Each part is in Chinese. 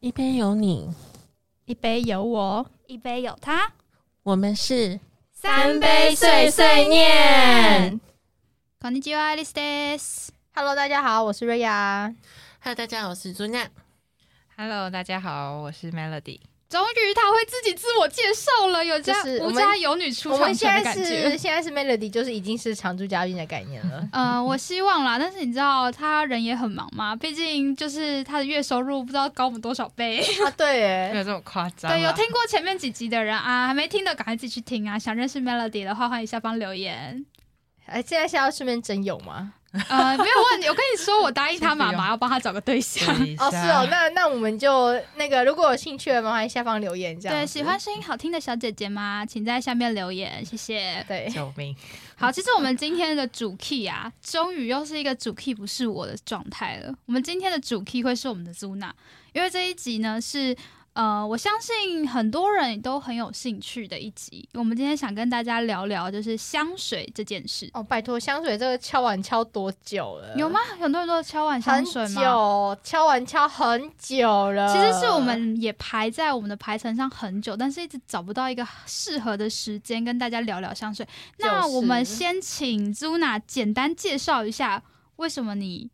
一边有你，一杯有我，一杯有他，我们是三杯碎碎念。こんにちは、Alice です。Hello，大家好，我是瑞亚。 Hello，大家好，我是朱娜。 Hello，大家好，我是 Melody。终于他会自己自我介绍了，有这样就是我无们家有女出我场们现权的在是感觉。现在是 Melody，就是已经是常驻嘉宾的概 念了。呃，我希望啦，但是你知道他人也很忙嘛，毕竟就是他的月收入不知道高我们多少 倍。啊，对哎没耶，有这么夸张啦。对，有听过前面几集的人啊，还没听的赶快自己去听啊！想认识 Melody 的话，欢迎下方留言。哎，现在是要顺便征友吗？ 呃，没有问题，我跟你说，我答应他妈先不妈用要帮他找个对象。对一下 哦，是哦，那那我们就那个，如果有兴趣的，麻烦下方留言这样。对，喜欢。声音好听的小姐姐吗？请在下面留言，谢谢。 对，救命！好，其实我们今天的主 key 啊，终于又是一个主 key 不是我的状态了。我们今天的主 key 会是我们的 Zuna，因为这一集呢是呃，我相信很多人都很有兴趣的一集。我们今天想跟大家聊聊就是香水这件事，哦，拜托，香水这个敲碗敲多久了？有吗？？很多人都敲完很香水吗？久，敲碗敲很久了。其实是我们也排在我们的排程上很久，但是一直找不到一个适合的时间跟大家聊聊香水。那就是我们先请 Zuna 简单介绍一下，为什么你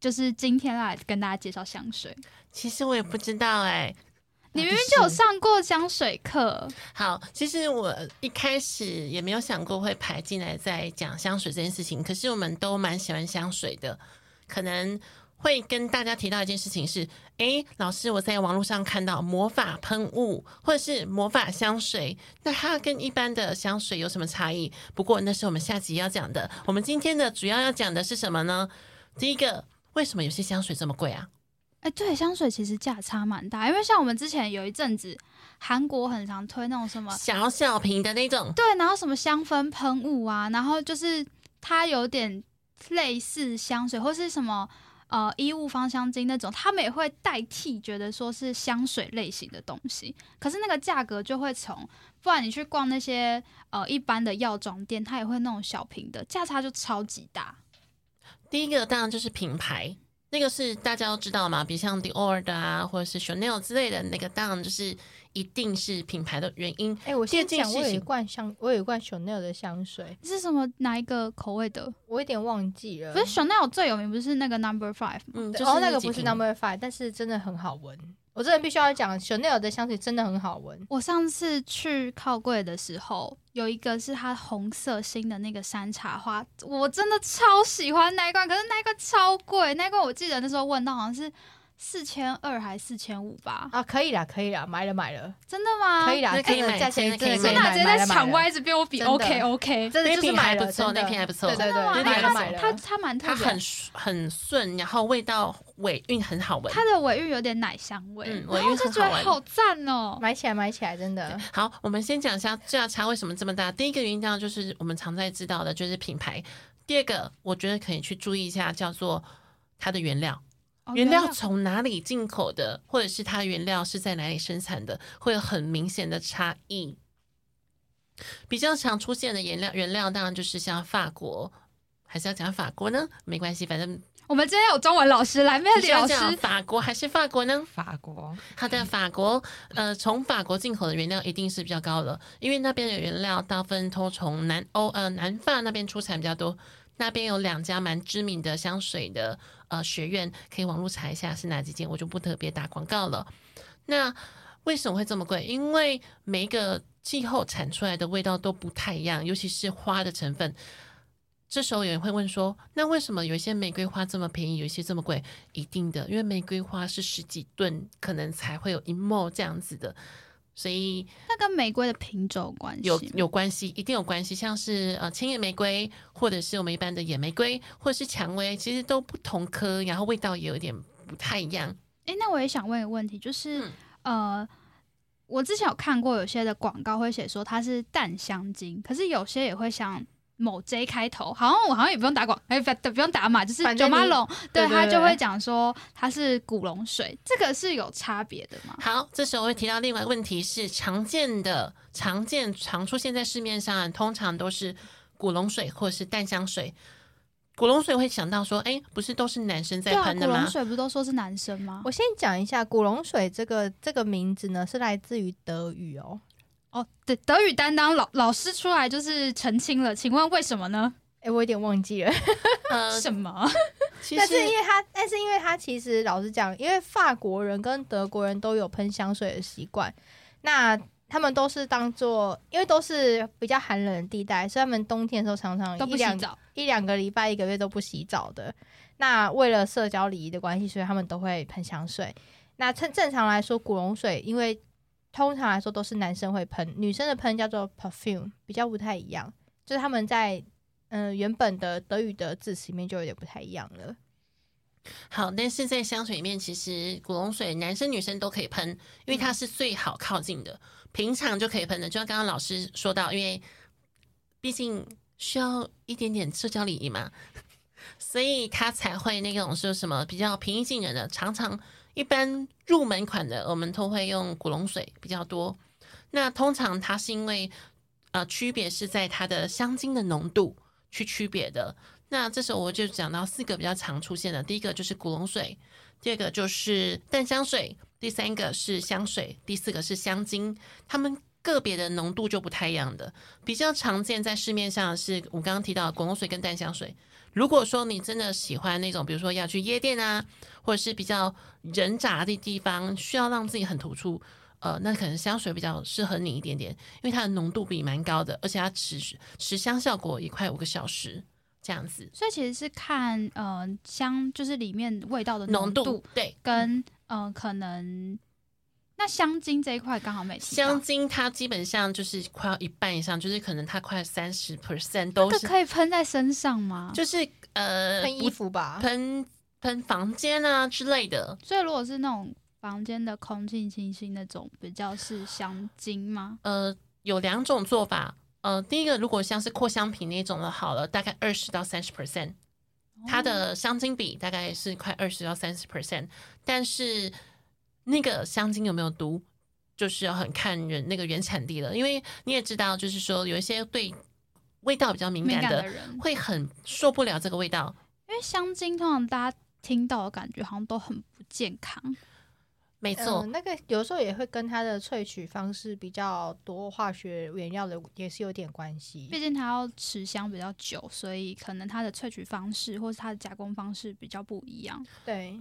就是今天来跟大家介绍香水？其实我也不知道哎、你到底明明就有是上过香水课，好，其实我一开始也没有想过会排进来在讲香水这件事情，可是我们都蛮喜欢香水的，可能会跟大家提到一件事情是，诶，老师，我在网络上看到魔法喷雾或者是魔法香水，那它跟一般的香水有什么差异？不过那是我们下集要讲的，我们今天的主要要讲的是什么呢？第一个，为什么有些香水这么贵啊？哎、对，香水其实价差蛮大，因为像我们之前有一阵子，韩国很常推那种什么小小瓶的那种，对，然后什么香氛喷雾啊，然后就是它有点类似香水或是什么呃衣物芳香精那种，他们也会代替，觉得说是香水类型的东西。可是那个价格就会从，不然你去逛那些呃一般的药妆店，它也会那种小瓶的，价差就超级大。第一个当然就是品牌，那个是大家都知道嘛，比如像 Dior 的啊，或者是 Chanel 之类的，那个当然就是一定是品牌的原因。哎、我先这件讲，事我有一情罐香，我有一罐 Chanel 的香水，是什么哪一个口味的？我有点忘记了。不是 Chanel 最有名不是那个 Number Five 吗？嗯，对就是哦，那个几不是瓶 Number Five，但是真的很好闻。我真的必须要讲，Chanel 的香水真的很好闻。我上次去靠柜的时候，有一个是它红色新的那个山茶花，我真的超喜欢那一罐，可是那一罐超贵，那一罐我记得那时候问到好像是四千二还四千五吧？啊，可以啦，可以啦，买了买了，真的吗？可以啦，那啊可以真的买价钱真的可以真真的的买直接在抢场外一直逼我比真的 OK OK，真的就是买那了，瓶还不错真的那瓶还不错对对真的吗？对，那买瓶还了买它它了。它蛮特它别很的，顺很顺，然后味道尾韵很好闻。它的尾韵有点奶香味，嗯然尾韵后我就很觉好得闻好赞哦、买起来，买起来，真的好，我们先讲一下价差为什么这么大。第一个原因当然就是我们常在知道的，就是品牌。第二个，我觉得可以去注意一下，叫做它的原料。哦原原料来从哪里进口的，或者是它原料是在哪里生产的，会有很明显的差异。比较常出现的原料，原料当然就是像法国，还是要讲法国呢？没关系，反正我们今天有中文老师来，妹你里是要老师讲法国还是法国呢？法国它的法国，呃，从法国进口的原料一定是比较高的，因为那边的原料大部分都从南欧，呃，南法那边出产比较多。那边有两家蛮知名的香水的呃学院，可以网络查一下是哪几间，我就不特别打广告了。那为什么会这么贵？因为每一个气候产出来的味道都不太一样，尤其是花的成分。这时候有人会问说：“那为什么有一些玫瑰花这么便宜，有一些这么贵？”一定的，因为玫瑰花是十几吨，可能才会有一亩这样子的，所以那跟玫瑰的品种有关系有吗有关系，一定有关系。像是呃千叶玫瑰，或者是我们一般的野玫瑰，或者是蔷薇，其实都不同科，然后味道也有点不太一样。哎、那我也想问一个问题，就是、嗯呃，我之前有看过有些的广告会写说它是淡香精，可是有些也会像某 J 开头，好像我好像也不用打广，哎、不不用打码，就是反九正马你龙，对对对他就对会讲说它是古龙水，这个是有差别的吗？好，这时候会提到另外一个问题是常见的、常见常出现在市面上，通常都是古龙水或是淡香水。古龙水会想到说，哎，不是都是男生在对啊，喷古的吗龙？水不都说是男生吗我？先讲一下古龙水这个这个名字呢，是来自于德语哦。哦，对，德语担当老老师出来就是澄清了，请问为什么呢？哎，我有点忘记了，呃，什么？其但实是因为他，但是因为他其实老实讲，因为法国人跟德国人都有喷香水的习惯，那他们都是当做，因为都是比较寒冷的地带，所以他们冬天的时候常常 都一不洗两澡，一两个礼拜、一个月都不洗澡的。那为了社交礼仪的关系，所以他们都会喷香水。那正正常来说，古龙水因为通常来说都是男生会喷，女生的喷叫做 perfume，比较不太一样，就是他们在嗯、呃原本的德语的字词里面就有点不太一样了。好，但是在香水里面，其实古龙水男生女生都可以喷，因为它是最好靠近的，平常就可以喷的。就像刚刚老师说到，因为毕竟需要一点点社交礼仪嘛， 所以他才会那种说什么比较平易近人的，常常一般入门款的，我们都会用古龙水比较多。那通常它是因为呃区别是在它的香精的浓度去区别的。那这时候我就讲到四个比较常出现的，第一个就是古龙水，第二个就是淡香水，第三个是香水，第四个是香精，它们个别的浓度就不太一样的。比较常见在市面上的是我刚刚提到的古龙水跟淡香水。如果说你真的喜欢那种，比如说要去夜店啊，或者是比较人杂的地方，需要让自己很突出，呃，那可能香水比较适合你一点点，因为它的浓度比蛮高的，而且它持续持香效果也快五个小时这样子。所以其实是看呃香，就是里面味道的浓度度对。跟呃可能那香精这一块刚好没提到香精它基本上就是快要一半以上，就是可能它快三十 percent 都这是，可以喷在身上吗？就是呃喷衣、服吧不，喷喷房间啊之类的。所以如果是那种房间的空气清新那种，比较是香精吗？呃，有两种做法。呃，第一个如果像是扩香瓶那种的，好了，大概二十到三十 percent，它哦的香精比大概是快二十到三十 percent，但是那个香精有没有毒，就是要很看人那个原产地了，因为你也知道，就是说有一些对味道比较敏敏感感的的，人，会很受不了这个味道。因为香精通常大家听到的感觉好像都很不健康，没嗯、错，那个有时候也会跟它的萃取方式比较多化学原料的也是有点关毕系。竟它要持香比较久，所以可能它的萃取方式或是它的加工方式比较不一样。对，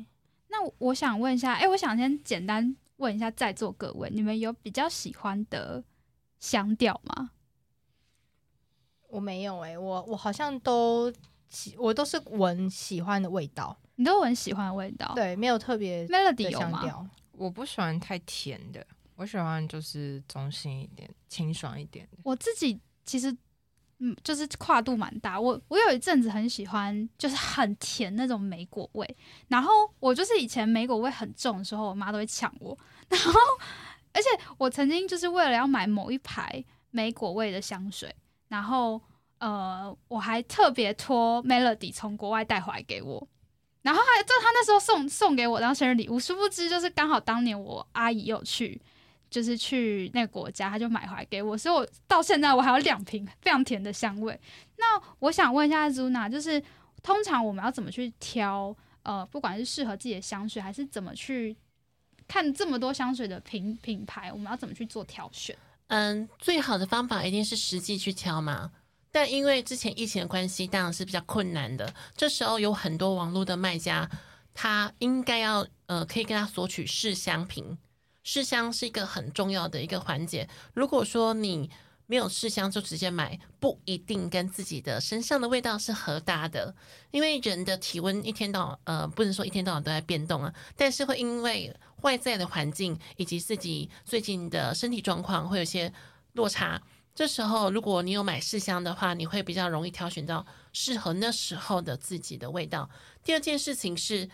那我我想问一下，哎、我想先简单问一下在座各位，你们有比较喜欢的香调吗？我没有哎、我我好像都喜，我都是闻喜欢的味道，你都有很喜欢的味哦道，对，没有特别，Melody 的有香吗？调。我不喜欢太甜的，我喜欢就是中性一点、清爽一点的。我自己其实嗯，就是跨度蛮大。我我有一阵子很喜欢，就是很甜那种莓果味。然后我就是以前莓果味很重的时候，我妈都会抢我。然后，而且我曾经就是为了要买某一排莓果味的香水，然后呃，我还特别托 Melody 从国外带回来给我。然后还就他那时候送送给我当生日礼物，殊不知就是刚好当年我阿姨有去，就是去那个国家，他就买回来给我，所以我到现在我还有两瓶非常甜的香味。那我想问一下 Zuna，就是通常我们要怎么去挑呃，不管是适合自己的香水，还是怎么去看这么多香水的品品牌，我们要怎么去做挑选？嗯，最好的方法一定是实际去挑嘛。但因为之前疫情的关系，当然是比较困难的。这时候有很多网络的卖家，他应该要呃，可以跟他索取试香瓶。试香是一个很重要的一个环节。如果说你没有试香就直接买，不一定跟自己的身上的味道是合搭的，因为人的体温一天到晚呃，不能说一天到晚都在变动啊，但是会因为外在的环境以及自己最近的身体状况会有一些落差。这时候，如果你有买试香的话，你会比较容易挑选到适合那时候的自己的味道。第二件事情是，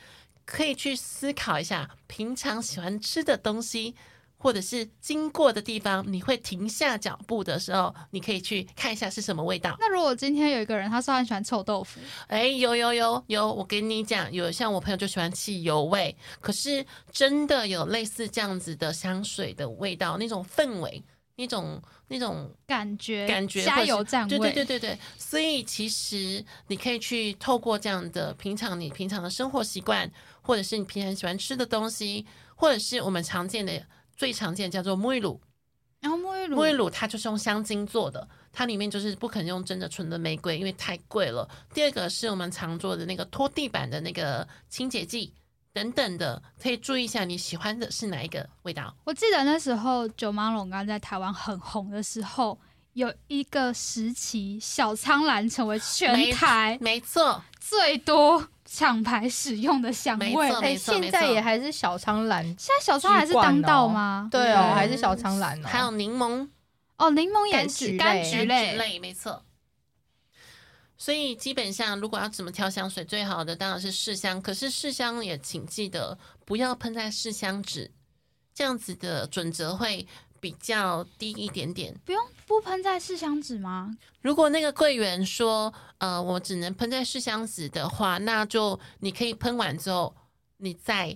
可以去思考一下平常喜欢吃的东西，或者是经过的地方，你会停下脚步的时候，你可以去看一下是什么味道。那如果今天有一个人他说他很喜欢臭豆腐，哎，有有有有，我跟你讲，有像我朋友就喜欢汽油味，可是真的有类似这样子的香水的味道，那种氛围那种那种感觉感觉加或是油站位，对对对对对，所以其实你可以去透过这样的平常你平常的生活习惯，或者是你平常喜欢吃的东西，或者是我们常见的最常见的叫做沐浴乳，然后沐浴乳，沐浴乳它就是用香精做的，它里面就是不可能用真的纯的玫瑰，因为太贵了。第二个是我们常做的那个拖地板的那个清洁剂等等的，可以注意一下你喜欢的是哪一个味道。我记得那时候九芒龙刚在台湾很红的时候，有一个时期，小苍兰成为全台没错，最多厂牌使用的香没味。错现哎，没错现在也还是小苍兰，在小苍兰是当道吗？对哦，嗯还是小苍兰哦。还有柠檬哦，柠檬也是柑柑橘橘类，类，没错。所以基本上，如果要怎么挑香水，最好的当然是试香。可是试香也请记得不要喷在试香纸，这样子的准则会比较低一点点。不用不喷在试香纸吗？如果那个柜员说，呃，我只能喷在试香纸的话，那就你可以喷完之后，你再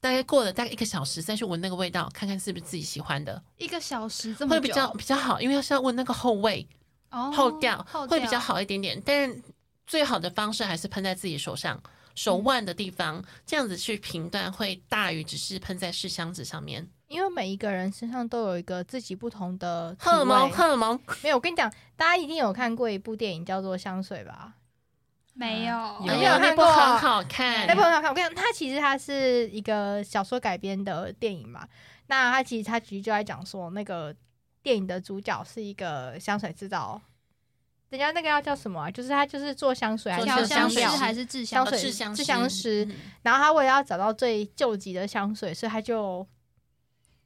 大概过了大概一个小时再去闻那个味道，看看是不是自己喜欢的，一个小时这么会久，比较比较好，因为是要闻那个后味。哦后调后会比较。好一点点，但是最好的方式还是喷在自己手上、手腕的地方，这样子去评断会大于只是喷在试香纸上面。因为每一个人身上都有一个自己不同的体荷尔蒙，味荷尔蒙，没有，我跟你讲，大家一定有看过一部电影叫做《香水》吧？没有，有哎没呦那有看部过很好看那。朋友看，我跟你讲，它其实它是一个小说改编的电影嘛。那它其实它其实就在讲说，那个电影的主角是一个香水制造，人家那个要叫什么啊？就是他就是做香水还是做调香啊香师水还是制呃香香水制香制香师嗯然后他为了要找到最救急的香水，所以他就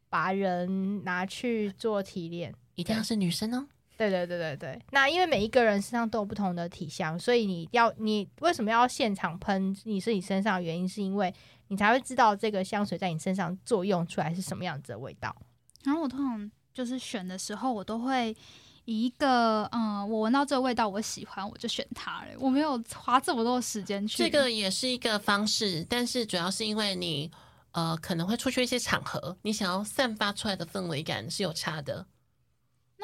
把人拿去做提炼。一定要是女生哦。对对对对对，那因为每一个人身上都有不同的体香，所以你要你为什么要现场喷你自己身上的原因，是因为你才会知道这个香水在你身上作用出来是什么样子的味道。然后我通常就是选的时候，我都会以一个嗯，我闻到这个味道我喜欢，我就选它了。我没有花这么多时间去这个也是一个方式，但是主要是因为你呃可能会出去一些场合，你想要散发出来的氛围感是有差的。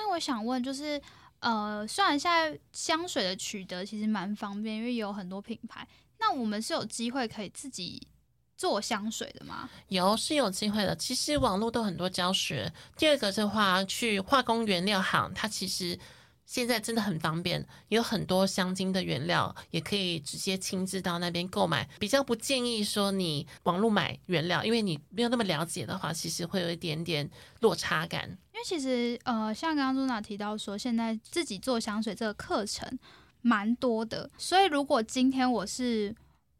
那我想问，就是呃，虽然现在香水的取得其实蛮方便，因为有很多品牌，那我们是有机会可以自己做香水的吗？有是有机会的。其实网络都很多教学。第二个的话，去化工原料行，它其实现在真的很方便，有很多香精的原料也可以直接亲自到那边购买。比较不建议说你网络买原料，因为你没有那么了解的话，其实会有一点点落差感。因为其实呃，像刚刚露娜提到说，现在自己做香水这个课程蛮多的，所以如果今天我是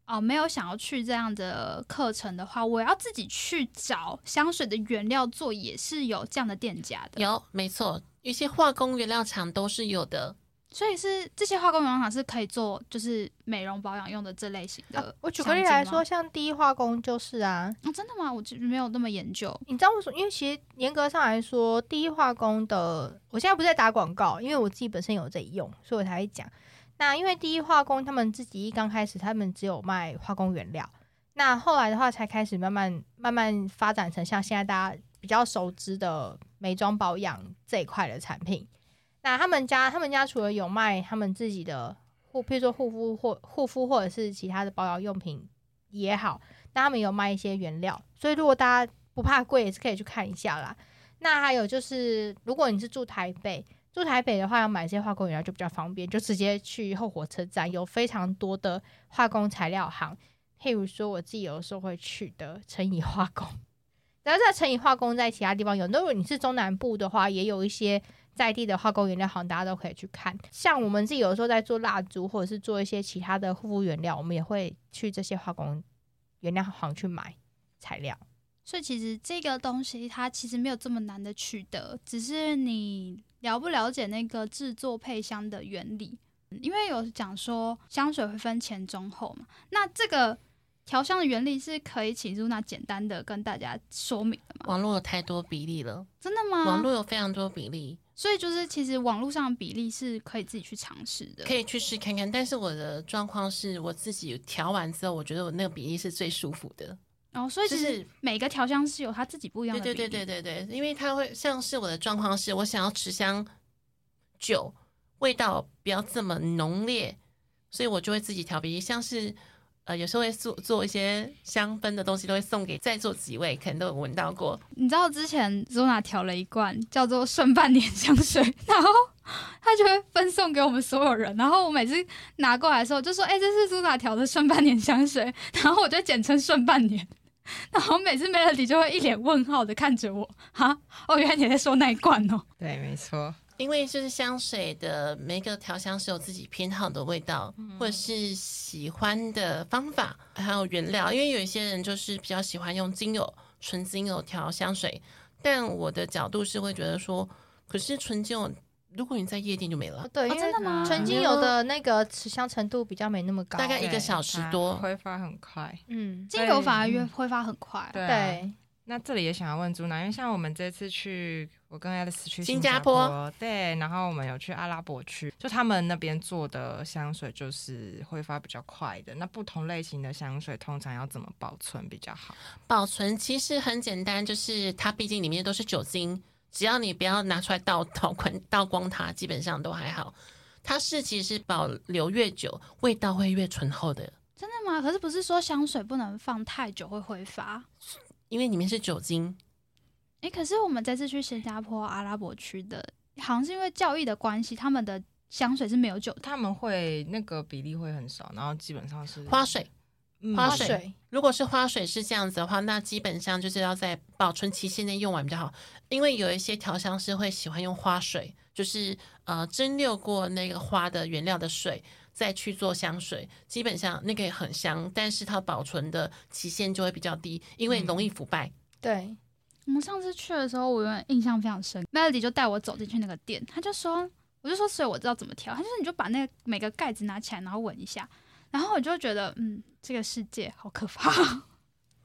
哦、呃没有想要去这样的课程的话，我要自己去找香水的原料做，也是有这样的店家的。有，没错，一些化工原料厂都是有的。所以是这些化工原厂是可以做，就是美容保养用的这类型的、啊我举个例来说，哦，像第一化工就是啊，真的吗？我就没有那么研究。你知道为什么？因为其实严格上来说，第一化工的，我现在不是在打广告，因为我自己本身有在用，所以我才会讲。那因为第一化工他们自己一刚开始，他们只有卖化工原料，那后来的话才开始慢慢慢慢发展成像现在大家比较熟知的美妆保养这一块的产品。那他们家他们家除了有卖他们自己的护，譬如说护肤或护肤或者是其他的保养用品也好，那他们有卖一些原料，所以如果大家不怕贵，也是可以去看一下啦。那还有就是，如果你是住台北，住台北的话，要买一些化工原料就比较方便，就直接去后火车站，有非常多的化工材料行，譬如说我自己有时候会去的成以化工。 然后这成以化工在其他地方有，那如果你是中南部的话，也有一些在地的化工原料行，大家都可以去看。像我们自己有时候在做蜡烛，或者是做一些其他的护肤原料，我们也会去这些化工原料行去买材料。所以其实这个东西它其实没有这么难的取得，只是你了不了解那个制作配香的原理。嗯因为有讲说香水会分前中后嘛，那这个调香的原理是可以请露娜简单的跟大家说明的吗？网络有太多比例了，真的吗？网络有非常多比例。所以就是其实网络上的比例是可以自己去尝试的，可以去试看看。但是我的状况是我自己调完之后，我觉得我那个比例是最舒服的。哦，所以其就实是每个调香师有他自己不一样对的比对例。对对对对，因为它会像是我的状况是，我想要持香酒，味道不要这么浓烈，所以我就会自己调比例，像是。呃，有时候会做做一些香氛的东西，都会送给在座几位，可能都有闻到过。你知道之前 Zona 调了一罐叫做“剩半年香水”，然后他就会分送给我们所有人。然后我每次拿过来的时候，就说：“哎、这是 Zona 调的剩半年香水。”然后我就简称“剩半年”。然后每次 Melody 就会一脸问号的看着我，哈，哦，原来你在说那一罐哦。对，没错，因为就是香水的每一个调香师有自己偏好的味道，或者是喜欢的方法，还有原料。因为有一些人就是比较喜欢用精油、纯精油调香水，但我的角度是会觉得说，可是纯精油，如果你在夜店就没了哦，对，哦因为真的吗纯精油的那个持香程度比较没那么高，大概一个对小时它多挥发很快。嗯，精油反而越嗯挥发很快、哦对啊对，那这里也想要问朱娜，因为像我们这次去，我跟 Alice 去新新加加坡对，然后我们有去阿拉伯区，就他们那边做的香水就是挥发比较快的。那不同类型的香水通常要怎么保存比较好？保存其实很简单，就是它毕竟里面都是酒精，只要你不要拿出来倒倒光倒光它，基本上都还好。它是其实保留越久，味道会越醇厚的。真的吗？可是不是说香水不能放太久会挥发？因为里面是酒精，诶，可是我们这次去新加坡阿拉伯区的，好像是因为教育的关系，他们的香水是没有酒的。他们会那个比例会很少，然后基本上是花水。嗯花花水水如果是花水是这样子的话，那基本上就是要在保存期限内用完比较好，因为有一些调香师会喜欢用花水，就是呃蒸馏过那个花的原料的水，再去做香水，基本上那个也很香，但是它保存的期限就会比较低，因为容易腐败。对，我们上次去的时候，我有点印象非常深。Melody 就带我走进去那个店，他就说，我就说，所以我知道怎么调。他就说，你就把那个每个盖子拿起来，然后闻一下。然后我就觉得，嗯，这个世界好可怕。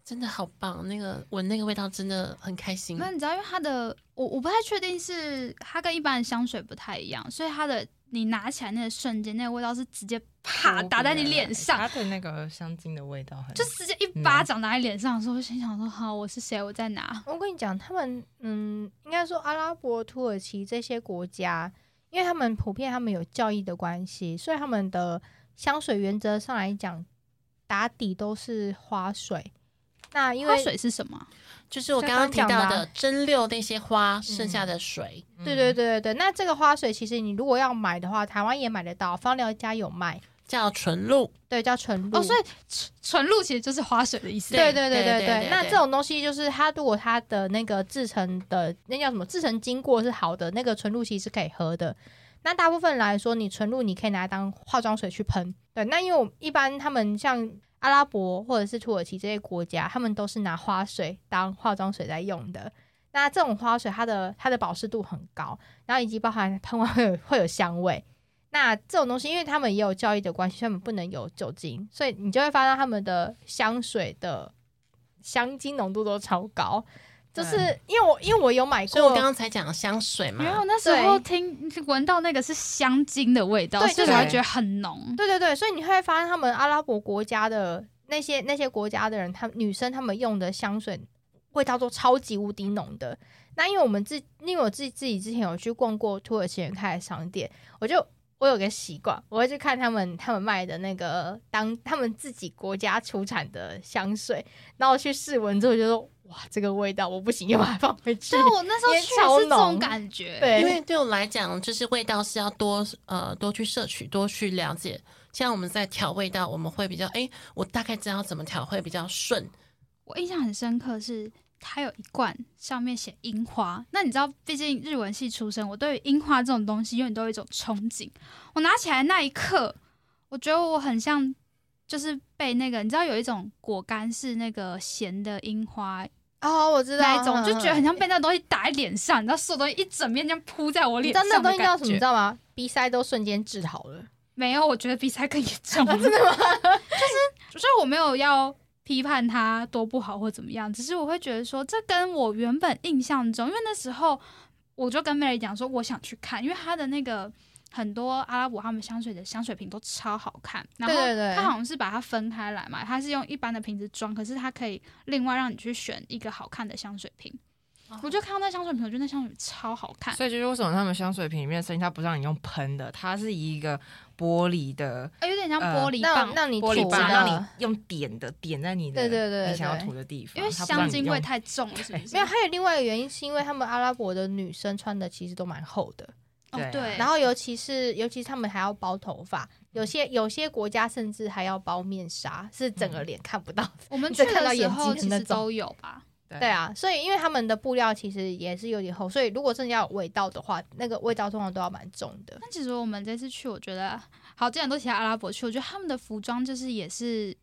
真的好棒，那个闻那个味道真的很开心 那。你知道，因为它的我我不太确定是它跟一般的香水不太一样，所以它的你拿起来那个瞬间，那个味道是直接啪打在你脸上，它的那个香精的味道很就直接一巴嗯掌打在脸上的时候，我心想说：“好，我是谁？我在哪我跟你讲，他们嗯，应该说阿拉伯、土耳其这些国家，因为他们普遍他们有教义的关系，所以他们的香水原则上来讲，打底都是花水。那？”因花为水是什么？就是我像刚刚提刚讲到的的啊嗯蒸馏那些花剩下的水，对对对对对，那这个花水其实你如果要买的话，台湾也买得到，芳疗家有卖，叫纯露。对，叫纯露。哦，所以纯纯露其实就是花水的意思。对对对对对对对对对，那对这种东西就是它，如果它的那个制成的那叫什么制成经过是好的，那个纯露其实是可以喝的。那大部分来说，你纯露你可以拿来当化妆水去喷。对，那因为我们一般他们像阿拉伯或者是土耳其这些国家，他们都是拿花水当化妆水在用的。那这种花水，它的它的保湿度很高，然后以及包含喷完会有会有香味。那这种东西，因为他们也有教育的关系，所以他们不能有酒精，所以你就会发现他们的香水的香精浓度都超高。就是对因为我因为我有买所以我过，刚刚才讲香水嘛没，有，那时候听闻到那个是香精的味道，对所以就我还是觉得很浓。对对对，所以你会发现他们阿拉伯国家的那些那些国家的人，他们女生他们用的香水味道都超级无敌浓的。那因为我们自因为我自己自己之前有去逛过土耳其人开的商店，我就我有个习惯，我会去看他们他们卖的那个当他们自己国家出产的香水，然后去试闻之后就说哇这个味道我不行，又把它放回去所以。啊我那时候也去超是这种浓感觉。对因为对我来讲，就是味道是要多呃多去摄取、多去了解。像我们在调味道，我们会比较哎，我大概知道怎么调会比较顺。我印象很深刻是，它有一罐上面写樱花。那你知道，毕竟日文系出身，我对于樱花这种东西永远都有一种憧憬。我拿起来那一刻，我觉得我很像，就是被那个你知道有一种果干是那个咸的樱花哦，我知道那一种，就觉得很像嗯被那东西打在脸上，你知道，所有东西一整面这样扑在我你脸知道上那的东西叫什么，你感知觉？道吗？鼻塞都瞬间治好了。没有，我觉得比赛更严重、啊真的吗？ 就是，就是我没有要批判他多不好或怎么样，只是我会觉得说，这跟我原本印象中，因为那时候我就跟 Mary 讲说，我想去看，因为他的那个。很多阿拉伯他们香水的香水瓶都超好看，然后对对它好像是把它分开来嘛，它是用一般的瓶子装，可是它可以另外让你去选一个好看的香水瓶。我就看到那香水瓶，我觉得那香水瓶超好啊看，所以就是为什么他们香水瓶里面的声音，它不让你用喷的，它是以一个玻璃的呃有点像呃玻璃那棒，啊那你玻璃吐棒，的让你用点的点在你的对对对你想要对涂的地方，因为它不让香你精味用太重了，是不是？没有，还有另外一个原因是因为他们阿拉伯的女生穿的其实都蛮厚的，哦，对对，啊然后尤其是尤其是他们还要包头发，有些有些国家甚至还要包面纱，是整个脸看不到的。我们你去只看到的时眼候睛的其那实种都有吧。 对啊，所以因为他们的布料其实也是有点厚，所以如果真的要有味道的话，那个味道通常都要蛮重的。但其实我们这次去，我觉得好，既然都提到阿拉伯去，我觉得他们的服装就是也是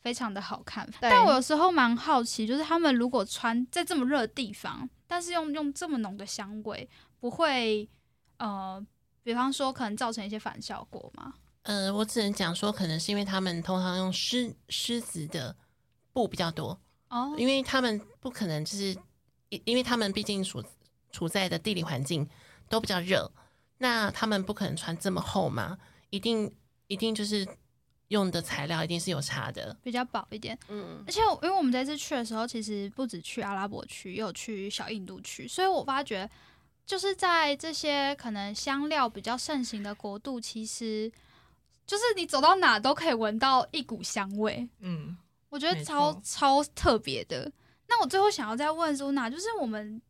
非常的好看。对但我有时候蛮好奇，就是他们如果穿在这么热的地方，但是用用这么浓的香味，不会呃，比方说可能造成一些反效果吗？呃，我只能讲说，可能是因为他们通常用狮狮子的布比较多，哦，因为他们不可能就是，因因为他们毕竟处处在的地理环境都比较热，那他们不可能穿这么厚嘛，一定一定就是用的材料一定是有差的，比较薄一点。嗯，而且我因为我们这次去的时候，其实不止去阿拉伯区，也有去小印度区，所以我发觉就是在这些可能香料比较盛行的国度，其实就是你走到哪都可以闻到一股香味，嗯，我觉得没超错超特别的。那我最后想要再问苏娜，就是我们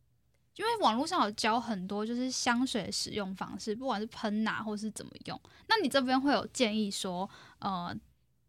因为网络上有教很多就是香水的使用方式，不管是喷哪或是怎么用，那你这边会有建议说，呃，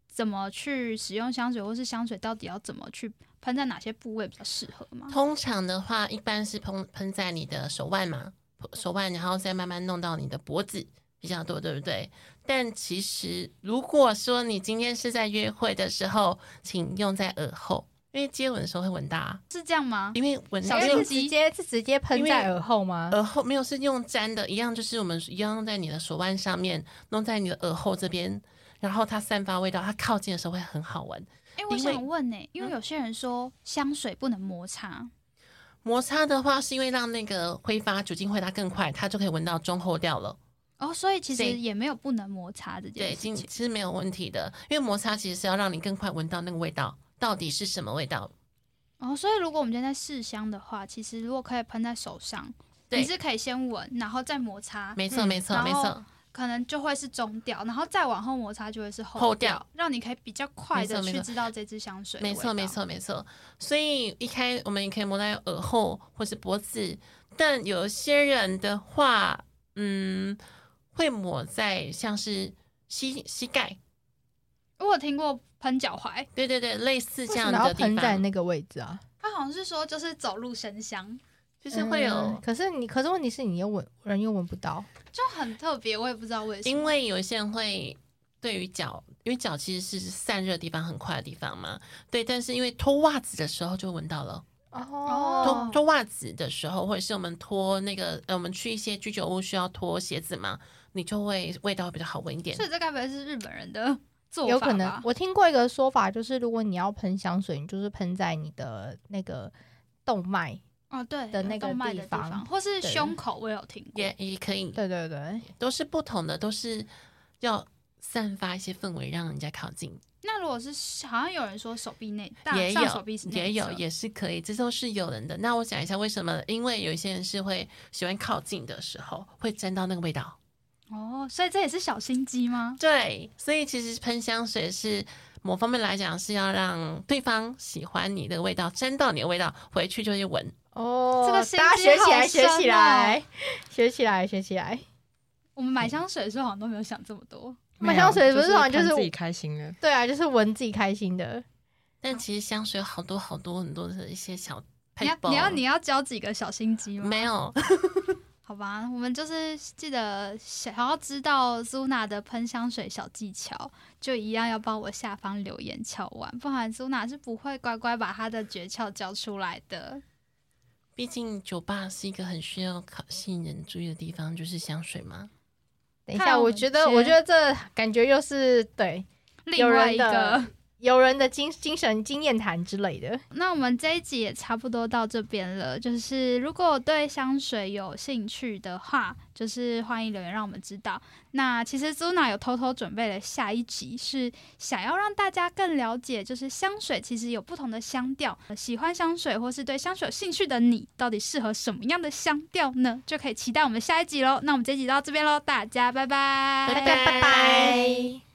怎么去使用香水，或是香水到底要怎么去喷在哪些部位比较适合吗？通常的话，一般是喷喷在你的手腕嘛，手腕，然后再慢慢弄到你的脖子比较多，对不对？但其实如果说你今天是在约会的时候，请用在耳后，因为接吻的时候会闻到啊，是这样吗？因为闻小哦因为心是直接是直接喷在耳后吗？耳后没有是用粘的，一样就是我们一样用在你的手腕上面，弄在你的耳后这边，然后它散发味道，它靠近的时候会很好闻。哎、我因为嗯想问呢、因为有些人说香水不能摩擦，摩擦的话，是因为让那个挥发酒精挥发更快，它就可以闻到中后调了。哦，所以其实对也没有不能摩擦这件对，事其情。其实没有问题的，因为摩擦其实是要让你更快闻到那个味道，到底是什么味道？哦，所以如果我们今天在试香的话，其实如果可以喷在手上，对你是可以先闻，然后再摩啊擦，没错，嗯没错，然没后错，可能就会是中调，然后再往后摩擦就会是后调，调让你可以比较快的没错没去错知道这支香水。没错，没。错，没错。所以一开我们也可以摸在耳后或是脖子，但有些人的话，嗯，会抹在像是膝膝盖，我有听过喷脚踝，对对对，类似这为什样么要的地喷在方，那个位置啊？他好像是说就是走路生香，就是会有。嗯可是你，可是问题是你又闻人又闻不到，就很特别，我也不知道为什么。因为有一些人会对于脚，因为脚其实是散热地方很快的地方嘛，对。但是因为脱袜子的时候就闻到了，脱哦脱袜子的时候，或者是我们脱那个呃，我们去一些居酒屋需要脱鞋子嘛，你就会味道会比较好闻一点所。以这该不会是日本人的做法有可能吧。我听过一个说法，就是如果你要喷香水，你就是喷在你的那个动脉，哦，对的那个动脉的地地方方，或是对胸口，我也有听过。也也可以，对对对，都是不同的，都是要散发一些氛围，让人家靠近。那如果是好像有人说手臂内，大也上手有臂是内也有侧也是可以，这都是有人的。那我讲一下为什么？因为有一些人是会喜欢靠近的时候会沾到那个味道。哦，所以这也是小心机吗？对，所以其实喷香水是某方面来讲是要让对方喜欢你的味道，沾到你的味道，回去就去闻。哦这个心机大家学起来，学好深起来，学起来，学起来。我们买香水的时候好像都没有想这么多。买没有香水不就是好像就看是自己开心了。 对啊，就是闻自己开心的。但其实香水有好多好多很多的一些小嗯你要 paper 你要你要教几个小心机吗？没有，好吧，我们就是记得想要知道 Zuna 的喷香水小技巧，就一样要帮我下方留言敲完，不然 Zuna 是不会乖乖把她的诀窍教出来的。毕竟酒吧是一个很需要考吸引人注意的地方，就是香水嘛。等一看下，我啊我们觉得，先我觉得这感觉又是对另外一有人个的有人的精精神经验谈之类的。那我们这一集也差不多到这边了。就是如果对香水有兴趣的话，就是欢迎留言让我们知道。那其实 Zuna 有偷偷准备了下一集，是想要让大家更了解，就是香水其实有不同的香调。呃喜欢香水或是对香水有兴趣的你，到底适合什么样的香调呢？就可以期待我们下一集喽。那我们这一集到这边喽，大家拜拜，拜拜拜拜。